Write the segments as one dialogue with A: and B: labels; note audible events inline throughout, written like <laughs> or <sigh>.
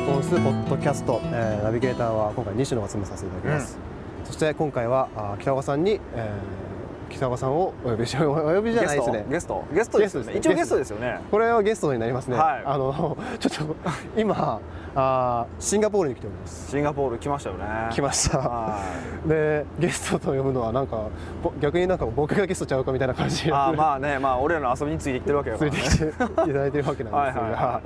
A: ッドキャスト、えーナビゲーターは今回西野が務めさせていただきます、そして今回はあー北岡さんに、えー北岡さんをお呼びしお呼びじゃないですね
B: ゲストゲストゲストですよ
A: ゲストですね
B: ね一応ゲストですよね
A: これはゲストになりますね、
B: はい
A: あの <laughs> ちょっと今あーシンガポールに来ております
B: シンガポール来ましたよね
A: 来ました
B: はい
A: でゲストと呼ぶのはなんかぼ逆になんか僕がゲストちゃうかみたいな感じで
B: あーまあねまあ俺らの遊びについていってるわけだか
A: 連れ
B: らね
A: てきていただいてるわけなんですが、
B: <laughs> はいはいは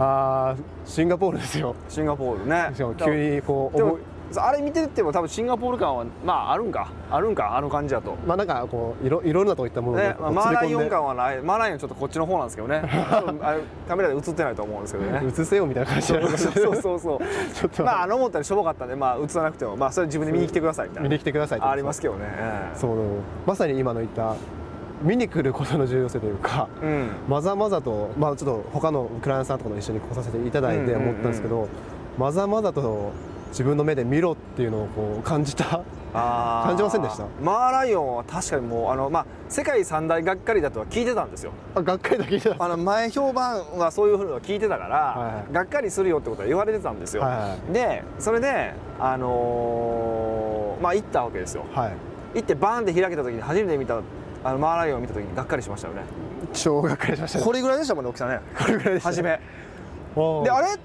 A: あーシンガポールですよ
B: シンガポールね
A: しかも急にこう
B: で
A: 思
B: も
A: い
B: あれ見てても多分シンガポール感はまああるんかあるんかあの感じだと
A: まあなんかこういろいろんなとこ行ったものをね
B: ね、まあ、マー
A: 連れ
B: ラ
A: 込ん
B: イ
A: で
B: オン感はないマーライオンちょっとこっちの方なんです
A: <laughs>
B: けどねあれカメラで映ってないと思うんですけどね
A: 映せよみたいな感じ
B: そ
A: になり
B: う
A: ましたね
B: そうそうそう
A: ちょっと、
B: まああの思ったよりしょぼかったんでまあ映さなくてもまあそれ自分で見に来てくださいみたいな
A: 見に来てくださいって
B: ありますけどね
A: そうまさに今の言った見に来ることの重要性というか
B: うん
A: まざまざと、まあ、ちょっと他のクライアントさんとかと一緒に来させていただいて
B: うんうんうん
A: 思ったんですけど、まざまざと自分の目で見ろっていうのをこう感じた
B: あー
A: 感じませんでした
B: マーライオンは確かにもうあの、まあ、世界三大がっかりだとは聞いてたんですよ
A: あがっかりだけじゃ
B: あの前評判はそういうふうのは聞いてたから、
A: はいはい
B: がっかりするよってことは言われてたんですよ、
A: は
B: でそれであのーまあ行ったわけですよ
A: い、はい、
B: 行ってバーンって開けた時に初めて見たあのマーライオンを見た時にがっかりしましたよね
A: 超がっかりしましたね
B: これぐらいでしたもんね大きさね
A: これぐらいでした
B: 初め
A: おー
B: であれ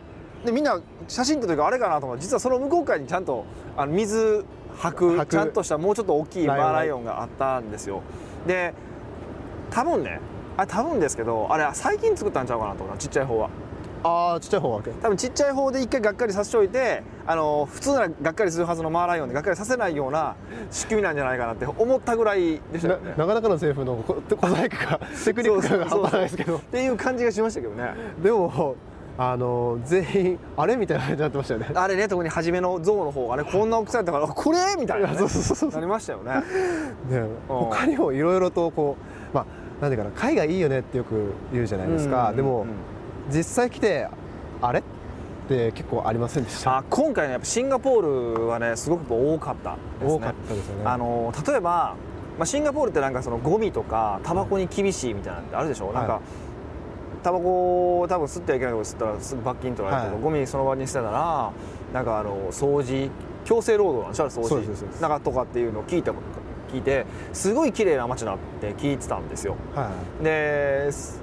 B: でみんな写真撮った時あれかなと思って実はその向こう側にちゃんとあの水
A: 吐
B: 吐
A: く
B: くちゃんとしたもうちょっと大きいマ
A: ライオン
B: ーライオンがあったんですよで多分ねあれ多分ですけどあれ最近作ったんちゃうかなと思うなちっちゃい方は
A: ああちっちゃい方はけ
B: 多分ちっちゃい方で一回がっかりさせておいてあの普通ならがっかりするはずのマーライオンでがっかりさせないような仕組みなんじゃないかなって思ったぐらいでした
A: な
B: よね
A: なかなかの政府のこ小細工がテクニックが半端ないですけど
B: っていう感じがしましたけどね
A: でもあの全員あれみたいな感じになってましたよね
B: あれね特に初めの象の方がねこんな大きさだったからあこれみたいなね、
A: いや <laughs> そうそうそうそう
B: なりましたよね
A: ね、他にもいろいろとこうまあなんていうかな海外いいよねってよく言うじゃないですか、
B: うん
A: でも、
B: うん
A: 実際来てあれって結構ありませんでした
B: あ今回ねやっぱシンガポールはねすごく多かったですね
A: 多かったですよね
B: あの例えば、まあ、シンガポールってなんかそのゴミとかタバコに厳しいみたいなのってあるでしょ、
A: い
B: なんかタバコを多分吸ってはいけないとこ吸ったらすぐ罰金取られるけど、
A: はい
B: ゴミその場にしてたらなんかあの掃除強制労働なんでしょあれ掃除
A: そうですそうです
B: なんかとかっていうのを聞いた聞いてすごい綺麗な街だって聞いてたんですよ
A: は
B: です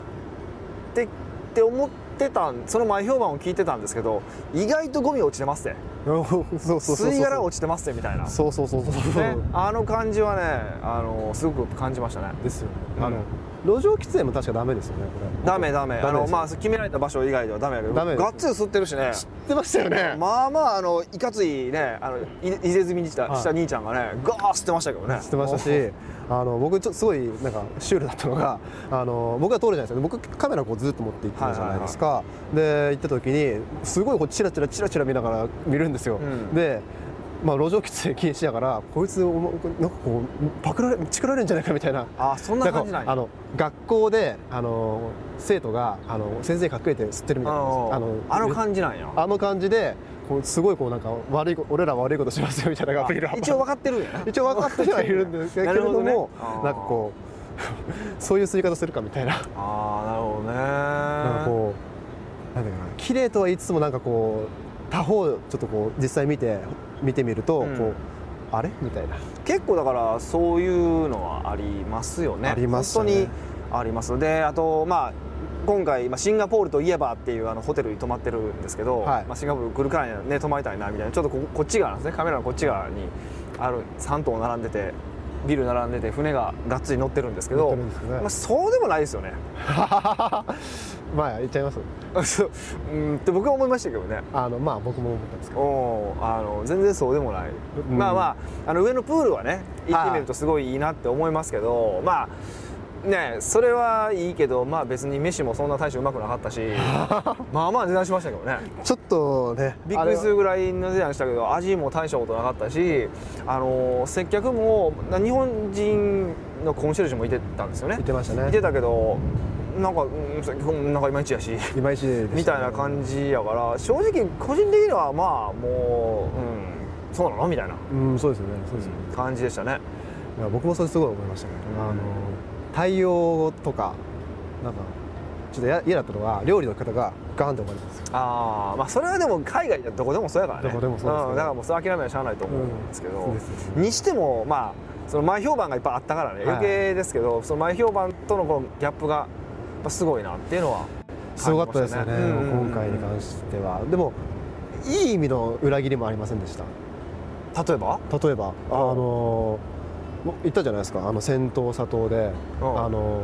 B: ってって思ってたんその前評判を聞いてたんですけど意外とゴミ落ちてますね
A: いそうそうそうそう
B: 吸い殻落ちてますねみたいな、ね、
A: そうそうそうそうそう、
B: あの感じはねあのすごく感じましたね
A: ですよね、
B: うん
A: あの路上喫煙も確かダメですよねこれ
B: ダメダメあ
A: ダメ
B: の、
A: ですよ
B: まあ、決められた場所以外ではダメだけど
A: ダメです
B: がっつり吸ってるしね
A: 知ってましたよね、
B: まあまああのいかついねあのい入れ墨にした,、
A: はい
B: した兄ちゃんがねガーッ吸ってましたけどね
A: 知ってましたし、あの僕ちょっとすごいなんかシュールだったのが、あの僕が通るじゃないですか。僕カメラこうずっと持って行ってるじゃないですか。で行った時にすごいこうチラチラチラチラ見ながら見るんですよ。
B: うん
A: で。まあ、路上喫煙禁止だからこいつお前なんかこうパクられチクられるんじゃないかみたいな
B: あそんな感じなん
A: か
B: や
A: あの学校であの生徒があの先生隠れて吸ってるみたいな
B: あのあの感じなんや
A: あの感じでこうすごいこうなんか悪いこ俺ら悪いことしますよみたいなのがアピール
B: あ一応分かってるんやな
A: 一応分かってはいるんですけれ
B: なる
A: ど
B: ほどね
A: も
B: あー
A: なんかこう <laughs> そういう吸い方するかみたいな
B: ああなるほどね
A: なんかこうなんだかな綺麗とは言いつつもなんかこう他方ちょっとこう実際見て見てみるとこう、
B: うん
A: あれみたいな <laughs>
B: 結構だからそういうのはありますよね
A: ありますね
B: 本当にありますであとまあ今回、まあ、シンガポールといえばっていうあのホテルに泊まってるんですけど、
A: はい
B: まあ、シンガポール来るからにはね泊まりたいなみたいなちょっとここっち側なんですねカメラのこっち側にある3棟並んでてビル並んでて船ががっつり乗ってるんですけ
A: 乗っ
B: ど
A: てるんですね
B: まあ、そうでもないですよね <laughs>
A: まあ言っちゃいます
B: そううんって僕は思いましたけどね
A: あのまあ僕も思ったんですけど
B: おーあの全然そうでもない、
A: うん
B: まあまああの上のプールはね行ってみるとすごいいいなって思いますけどまあねそれはいいけどまあ別に飯もそんな大してうまくなかった <laughs> しまあまあ値段しましたけどね
A: ちょっとね
B: びっくりするぐらいの値段したけど味も大したことなかったしあの接客もな日本人のコンシェルジュもいてたんですよね
A: 言ってましたね
B: いてたけどなんか、うん、接客もなんかいまいちやし
A: いまいちでしたね
B: みたいな感じやから正直個人的にはまあもう、うん、そうなのみたいな
A: うんそうですよねそうですよね、
B: 感じでしたね
A: いや僕もそれすごい思いましたね、
B: うん
A: あの対応とかなんかちょっとや嫌だったのは料理の方がガーンって終わりますよ
B: ああまあそれはでも海外じゃどこでもそうやからね
A: どこでもそうですよね
B: ん、だからもうそれ諦めなしゃあないと思うんですけど、
A: うんですです
B: にしてもまあその前評判がいっぱいあったからね
A: はい
B: 余計ですけど、その前評判とのこのギャップがやっぱすごいなっていうのは
A: すごかったですよね、
B: 感じましたね
A: 今回に関してはでもいい意味の裏切りもありませんでした
B: 例えば
A: 例えばあのも言ったじゃないですかあの戦闘佐藤で
B: うん
A: あの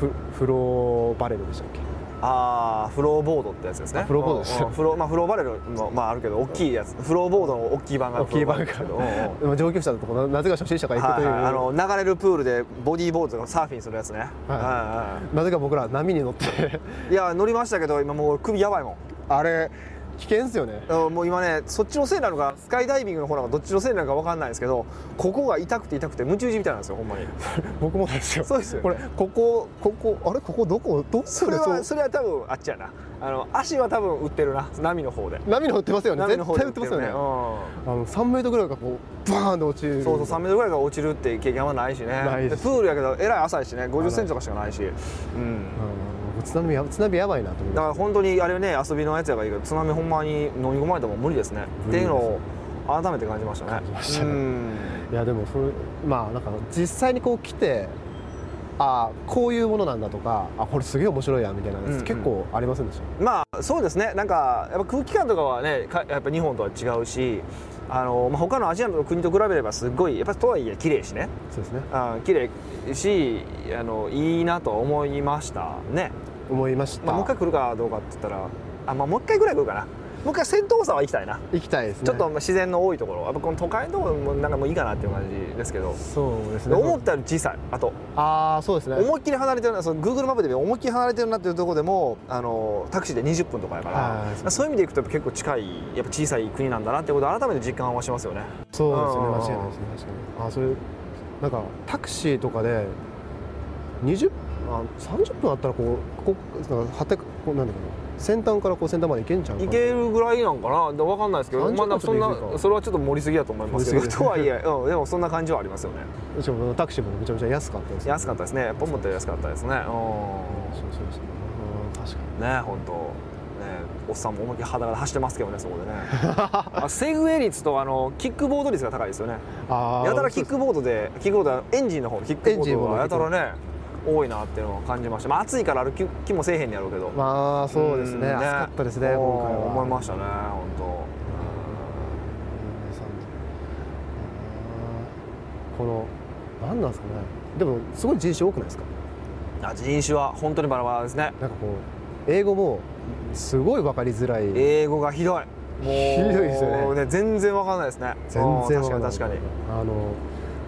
A: フフローバレルでしたっけ
B: ああフローボードってやつですね
A: あフローボードです
B: うんうんフローまあフローバレルもまああるけど大きいやつフローボードの大きい版が
A: 大きい版が
B: フローバレルですけどうんうん
A: でも上級者のとこななぜか初心者が行く
B: は
A: と
B: い
A: いう、
B: はいあの流れるプールでボディーボードとかサーフィンするやつね、はい
A: なぜか僕ら波に乗って
B: <laughs> はい、いや乗りましたけど今もう俺首やばいもん
A: あれ危険ですよね
B: うんもう今ねそっちのせいなのかスカイダイビングの方なのかどっちのせいなのか分かんないですけどここが痛くて痛くて夢中打みたいなんですよほんまに
A: 僕もなんですよ
B: そうですよね
A: これここここあれここどこどこ
B: そ
A: <laughs>
B: れ
A: そう
B: はそれは多分あっちやなあの足は多分打ってるな波の方で
A: 波に乗ってますよね
B: 波の方
A: 絶
B: で
A: 対売ってますよね、
B: うん
A: あの3メートルぐらいがこうバーンって落ちる
B: そうそう3メートルぐらいから落ちるっていう経験はないしね
A: ないです
B: でプールやけどえらい浅いしね5 0センチとかしかないし、うん、
A: うん津波や津波やばいなと思い
B: だ
A: ま
B: から本当にあれね遊びのやつやからいいけど津波ほんまに飲み込まれたらもう無理ですね
A: 無
B: って
A: 理で
B: い
A: す
B: うのを改めて感じましたね
A: 感じましたね
B: うん
A: すいやでもそれまあなんか実際にこう来てああこういうものなんだとかあこれすげえ面白いやみたいなやつ、
B: うんうん
A: 結構ありませんでした
B: まあそうですねなんかやっぱ空気感とかはねかやっぱ日本とは違うしあの、まあ、他のアジアの国と比べればすごいやっぱとはいえ綺麗しね
A: そうですね
B: あ綺麗しあのいいなとは思いましたね、
A: 思いました、
B: まあ、もう一回来るかどうかって言ったらあ、まあ、もう一回ぐらい来るかなもう一回戦闘さは行きたいな、
A: 行きたいですね
B: ちょっとまあ自然の多いところやっぱこの都会のところもなんかもういいかなっていう感じですけど
A: そうです
B: で
A: ね
B: 思ったより小さいあと
A: ああそうですね
B: 思いっきり離れてるなその Google マップで見て思いっきり離れてるなっていうところでもあのタクシーで20分とかやから
A: はい
B: そういう意味でいくとやっぱ結構近いやっぱ小さい国なんだなってことを改めて実感はしますよね
A: そうですよね
B: うんうんうん
A: 間違いないですね確かにあそれなんかタクシーとかで20あ30分あったらこうここなんかはてこうなんだろうな先端からこう先端まで行けんちゃうか
B: 行
A: な
B: けるぐらいなんかなで分かんないですけど、
A: 30
B: まあ、なんかそん
A: 分で行ける
B: な
A: か
B: それはちょっと盛りすぎだと思いますけど
A: 盛りす
B: とはいえ、うん、でもそんな感じはありますよね
A: しかもタクシーもめちゃめちゃ安かったですよ
B: 安かったですねやっぱ思ったより安かったですね
A: そう
B: う
A: そうそううん確かに
B: んね本当ねおっさんも思いっきり裸で走ってますけどね
A: <laughs>
B: そこでねあセグウェイ率とあのキックボード率が高いですよね
A: あー
B: やたらキックボードでキックボードはエンジンの方のキックボ
A: エンジン
B: ー
A: の
B: ド
A: 方
B: が
A: の
B: やたらね多いなっていうのを感じました、まあ、暑いから歩き気もせえへんやろうけど、
A: まあそうですね
B: ん
A: 暑かったですね
B: うん
A: 今回は
B: 思いましたね本当
A: この何なんですかねでもすごい人種多くないですか
B: あ人種は本当にバラバラですね
A: なんかこう英語もすごい分かりづらい
B: 英語がひどいもう
A: ひどいですよね
B: 全然わかんないですね
A: 全然わ
B: うん確かに
A: ない
B: 確かに
A: あの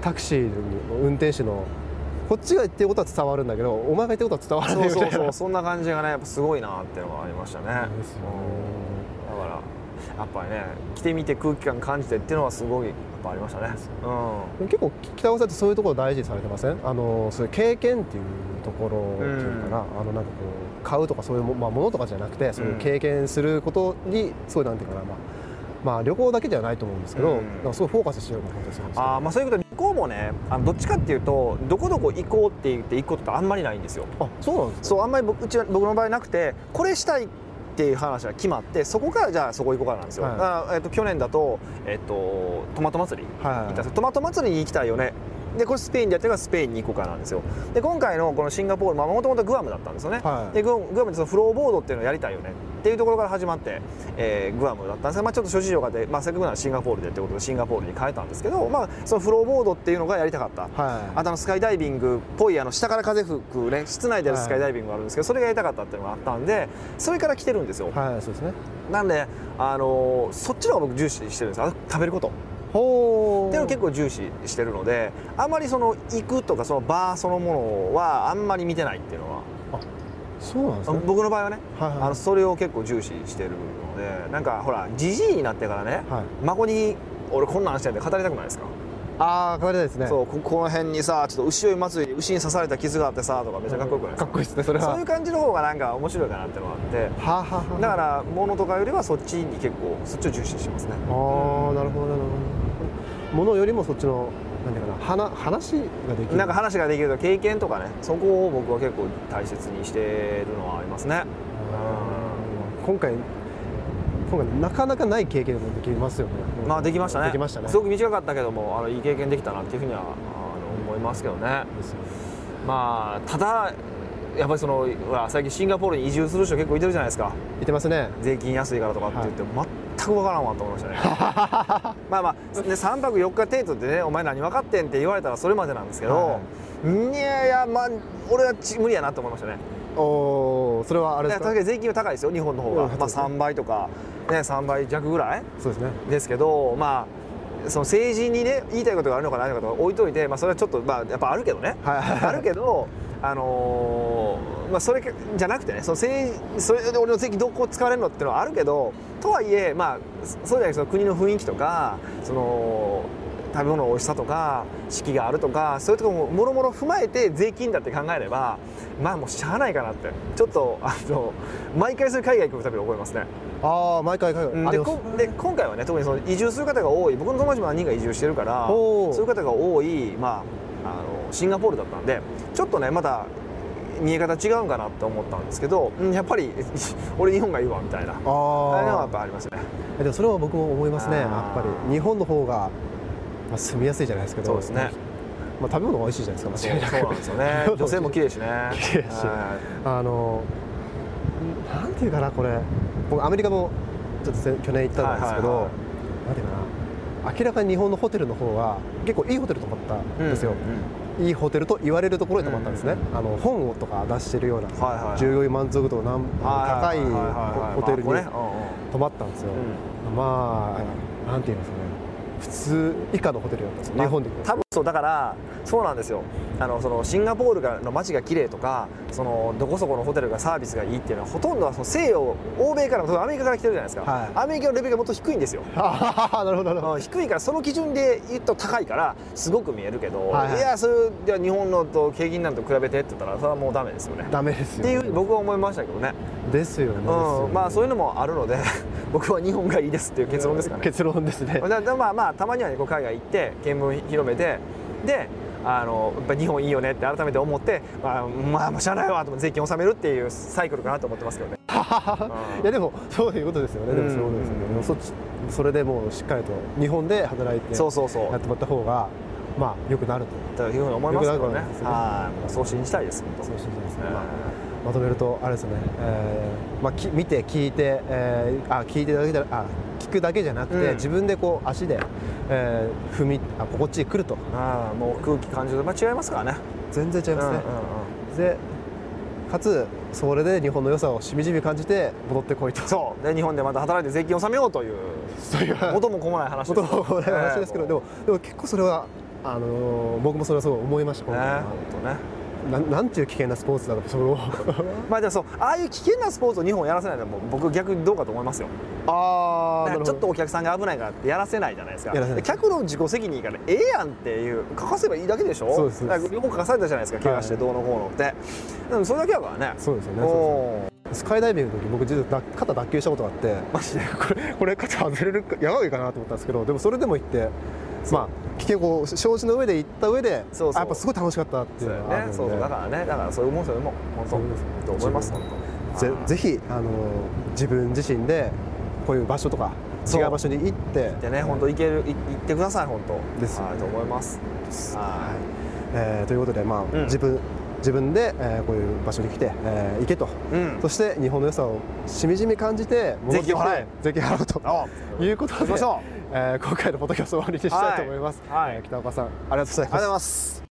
A: タクシーの運転手のこっちが言ってることは伝わるんだけどお前が言ってることは伝わら
B: そ
A: な
B: う
A: いみ
B: そ
A: た
B: う
A: いな
B: そうそんな感じがねやっぱすごいなっていうのがありましたね
A: ですよね
B: うんだからやっぱりね来てみて空気感感じてっていうのはすごいやっぱありましたねう
A: で
B: ん
A: も結構北尾さんってそういうところ大事にされてませんあのそういう経験っていうところっていうかな、あのなんかこう買うとかそういうも,、まあ、ものとかじゃなくてそういう経験することにすごいなんていうかな、まあまあ、旅行だけじゃないと思うんですけど、
B: うん
A: なんかすごいフォーカスしてるような感じがするんですよ
B: あーまあそういうこと旅行もねあのどっちかっていうとどこどこ行こうって言って行くことってあんまりないんですよ
A: あそうなんですか
B: そうあんまり僕うちは僕の場合なくてこれしたいっていう話が決まってそこからじゃあそこ行こうかなんですよ、
A: はい
B: あえっと去年だと,、えっとトマト祭り
A: はい
B: 行ったんですよトマト祭りに行きたいよねでこれスペインでやってるからスペインに行こうかなんですよで今回のこのシンガポールもともとグアムだったんですよね、
A: はい
B: でググアムでそのフローボードっていうのをやりたいよねっていうところから始まって、えーグアムだったんですが、まあ、ちょっと諸事情があって、まあ、せっかくならシンガポールでってことでシンガポールに変えたんですけど、まあ、そのフローボードっていうのがやりたかった、
A: はい
B: あとあのスカイダイビングっぽいあの下から風吹くね室内でやるスカイダイビングがあるんですけどそれがやりたかったっていうのがあったんでそれから来てるんですよ、
A: はいそうですね
B: なんで、あのーそっちの方が僕重視してるんですあと食べること
A: ほ
B: っていうのを
A: ー
B: 結構重視してるのであまりその行くとかそのバーそのものはあんまり見てないっていうのは
A: そうなんですね
B: 僕の場合はね
A: はいはい
B: あのそれを結構重視してるのでなんかほらじじいになってからね
A: はい、
B: 孫に俺こんなんしてんって語りたくないですか
A: ああ語りたいですね
B: そうここの辺にさちょっと牛追い祭り牛に刺された傷があってさとかめっちゃかっこよくないです
A: か
B: か
A: っこいいですねそれは
B: そういう感じの方がなんか面白いかなってのがあって
A: はあはあはあ
B: だから物とかよりはそっちに結構そっちを重視してますね
A: ああなるほどなるほどものよりもそっちのなんていうかな話話ができる
B: なんか話ができると経験とかねそこを僕は結構大切にしてるのはありますね
A: うん今回今回なかなかない経験もできますよね、
B: まあできましたね
A: できましたね
B: すごく短かったけどもあのいい経験できたなっていうふうにはあの思いますけどね
A: ですよね
B: まあただやっぱりそのほら最近シンガポールに移住する人結構いてるじゃないですか
A: 言ってますね
B: 税金安いからとかって言って、全く分からんわと思
A: <laughs>
B: いましたねまあまあ、ね、3泊4日程度でね「お前何分かってん」って言われたらそれまでなんですけど、いやいやまあ俺はち無理やなと思いましたね
A: おおそれはあれ
B: い
A: で
B: や
A: す
B: 確か
A: か
B: に税金は高いですよ日本の方が、
A: うん
B: まあ、3倍とか、ね、3倍弱ぐらい
A: そうですね
B: ですけどまあその政治にね言いたいことがあるのかないのかとか置いといて、まあ、それはちょっと、まあ、やっぱあるけどね、
A: はいはいはい
B: あるけど、あのーまあ、それじゃなくてねその政治それで俺の税金どこ使われるのってのはあるけどとはいえ、まあ、そそうじゃないその国の雰囲気とかその食べ物の美味しさとか四季があるとかそういうところももろもろ踏まえて税金だって考えればまあもうしゃあないかなってちょっとあの毎回それ海外行くたびに思いますね。
A: ああ毎回海外
B: うん
A: あり
B: で
A: ます
B: こで今回はね特にその移住する方が多い僕の友達も何人か移住してるから
A: おー
B: そういう方が多い、まあ、あのシンガポールだったんでちょっとねまた見え方違うんかなと思ったんですけど、うんやっぱり <laughs> 俺日本がいいわみたいなああいうのはや
A: あ
B: っぱありますね
A: あでもそれは僕も思いますね
B: あ
A: や
B: ー
A: っぱり日本の方が、まあ、住みやすいじゃないですけど
B: そうですね
A: まあ、食べ物が美味しいじゃないです
B: そ
A: か間違
B: う
A: いなく
B: そうなんですよね女性も綺麗しね
A: <laughs> 綺麗やし
B: は
A: あのなんていうかなこれ僕アメリカもちょっと去年行ったんですけど、なん
B: はいはいは
A: ていうかな明らかに日本のホテルの方は結構いいホテル泊まったん
B: いうん
A: ですよ、
B: うん
A: いいホテルと言われるところに泊まったんですね、あの本をとか出してるような、
B: はいはいはい
A: 従業員満足度の
B: は
A: 高い
B: ははは
A: ホテルに
B: まあここね
A: 泊まったんですよ、まあなんていうんですかね普通以下のホテルだったんですよ、
B: まあ
A: 日本で
B: 多分そうだからそうなんですよあのそのシンガポールがの街が綺麗とかそのどこそこのホテルがサービスがいいっていうのはほとんどはその西洋欧米から特にアメリカから来てるじゃないですか、
A: はい
B: アメリカのレベルがもっと低いんですよ
A: あ <laughs> あなるほどなるほど
B: うん低いからその基準で言うと高いからすごく見えるけど、
A: はい
B: い
A: はい
B: やそれじゃあ日本のと景気なんと比べてって言ったらそれはもうダメですよね
A: ダメです
B: っ
A: よ
B: ていうふうに僕は思いましたけどね、
A: ですよね,ですよね、
B: うん、まあそういうのもあるので <laughs> 僕は日本がいいですっていう結論ですかね
A: 結論ですね
B: だだまあまあたまにはねこう海外行って見聞広めてであのやっぱ日本いいよねって改めて思って、まあ、まあもうしゃあないわと思って税金納めるっていうサイクルかなと思ってますけどね。
A: <laughs> いやでもそういうことですよね、でもそういうことですよね、
B: うん
A: でもそっちそれでもうしっかりと日本で働いて
B: そうそうそう
A: やってもらった方がまあ良くなると
B: というふうに思いますけど
A: よく
B: ね
A: なると思います。ね
B: はい、もうそう信じたいです。本当
A: そう信じますね、
B: えー
A: まあまとめるとあれですね、えーまあ、き見て聞いて、えーあ聞いてだけじゃあ聞くだけじゃなくて、
B: うん
A: 自分でこう足で、えー踏みあ心地いい来ると
B: ああ、もう空気感じるとまあ違いますからね。
A: 全然違いますね
B: うん、うんうん
A: でかつそれで日本の良さをしみじみ感じて戻ってこいと
B: そうで日本でまた働いて税金納めようという
A: そういう
B: 元も子もない話です
A: 元の話ですけど、でもでも結構それはあのー僕もそれはそう思いました
B: えー
A: 今
B: ね
A: 回は
B: 本当ね
A: ななんていう危険なスポーツだろうそれを
B: まあでもそうああいう危険なスポーツを日本やらせないのはもう僕逆にどうかと思いますよ
A: あ
B: だからちょっと
A: と
B: お客さんが危ないからってやらせないじゃないですか
A: やらせない
B: 客の自己責任からええやんっていう書かせばいいだけでしょ
A: そうですそうです
B: だから両方書かされたじゃないですか怪我して
A: はい
B: どうのこうのって、でもそれだけやからね
A: そうですよねそう
B: おー
A: ですよねスカイダイビングの時僕実はだ肩脱臼したことがあって
B: マジで
A: これこれ肩外れるかやばいかなと思ったんですけどでもそれでも行ってまあ危険を承知の上で行った上で
B: そう
A: あ
B: そう
A: やっぱすごい楽しかったってい
B: そうう
A: の
B: よ
A: がある
B: ね
A: んで
B: そうそうだからねだからそういうもんそういうもん
A: そう
B: 本
A: です
B: 当と思います
A: 自分
B: 本当
A: ぜ
B: あー
A: ぜひあのー自分自身でこういう場所とか
B: そう
A: 違う場所に行って
B: でね本当行けるい行ってください本当
A: ですよね
B: はいと思います
A: は
B: はい
A: えーということで、まあ
B: うん
A: 自分自分で、えーこういう場所に来て、えー行けと、
B: いうん
A: そして日本の良さをしみじみ感じて戻ってきて
B: 税金を払え
A: 税金払うと
B: あ
A: いうことで
B: 行きましょう
A: えー今回のポッドキャストを終わりにしたいと思います、
B: はいはい
A: えー北岡さんありがとうござい
B: ありがとうご
A: ま
B: ざい
A: す
B: ます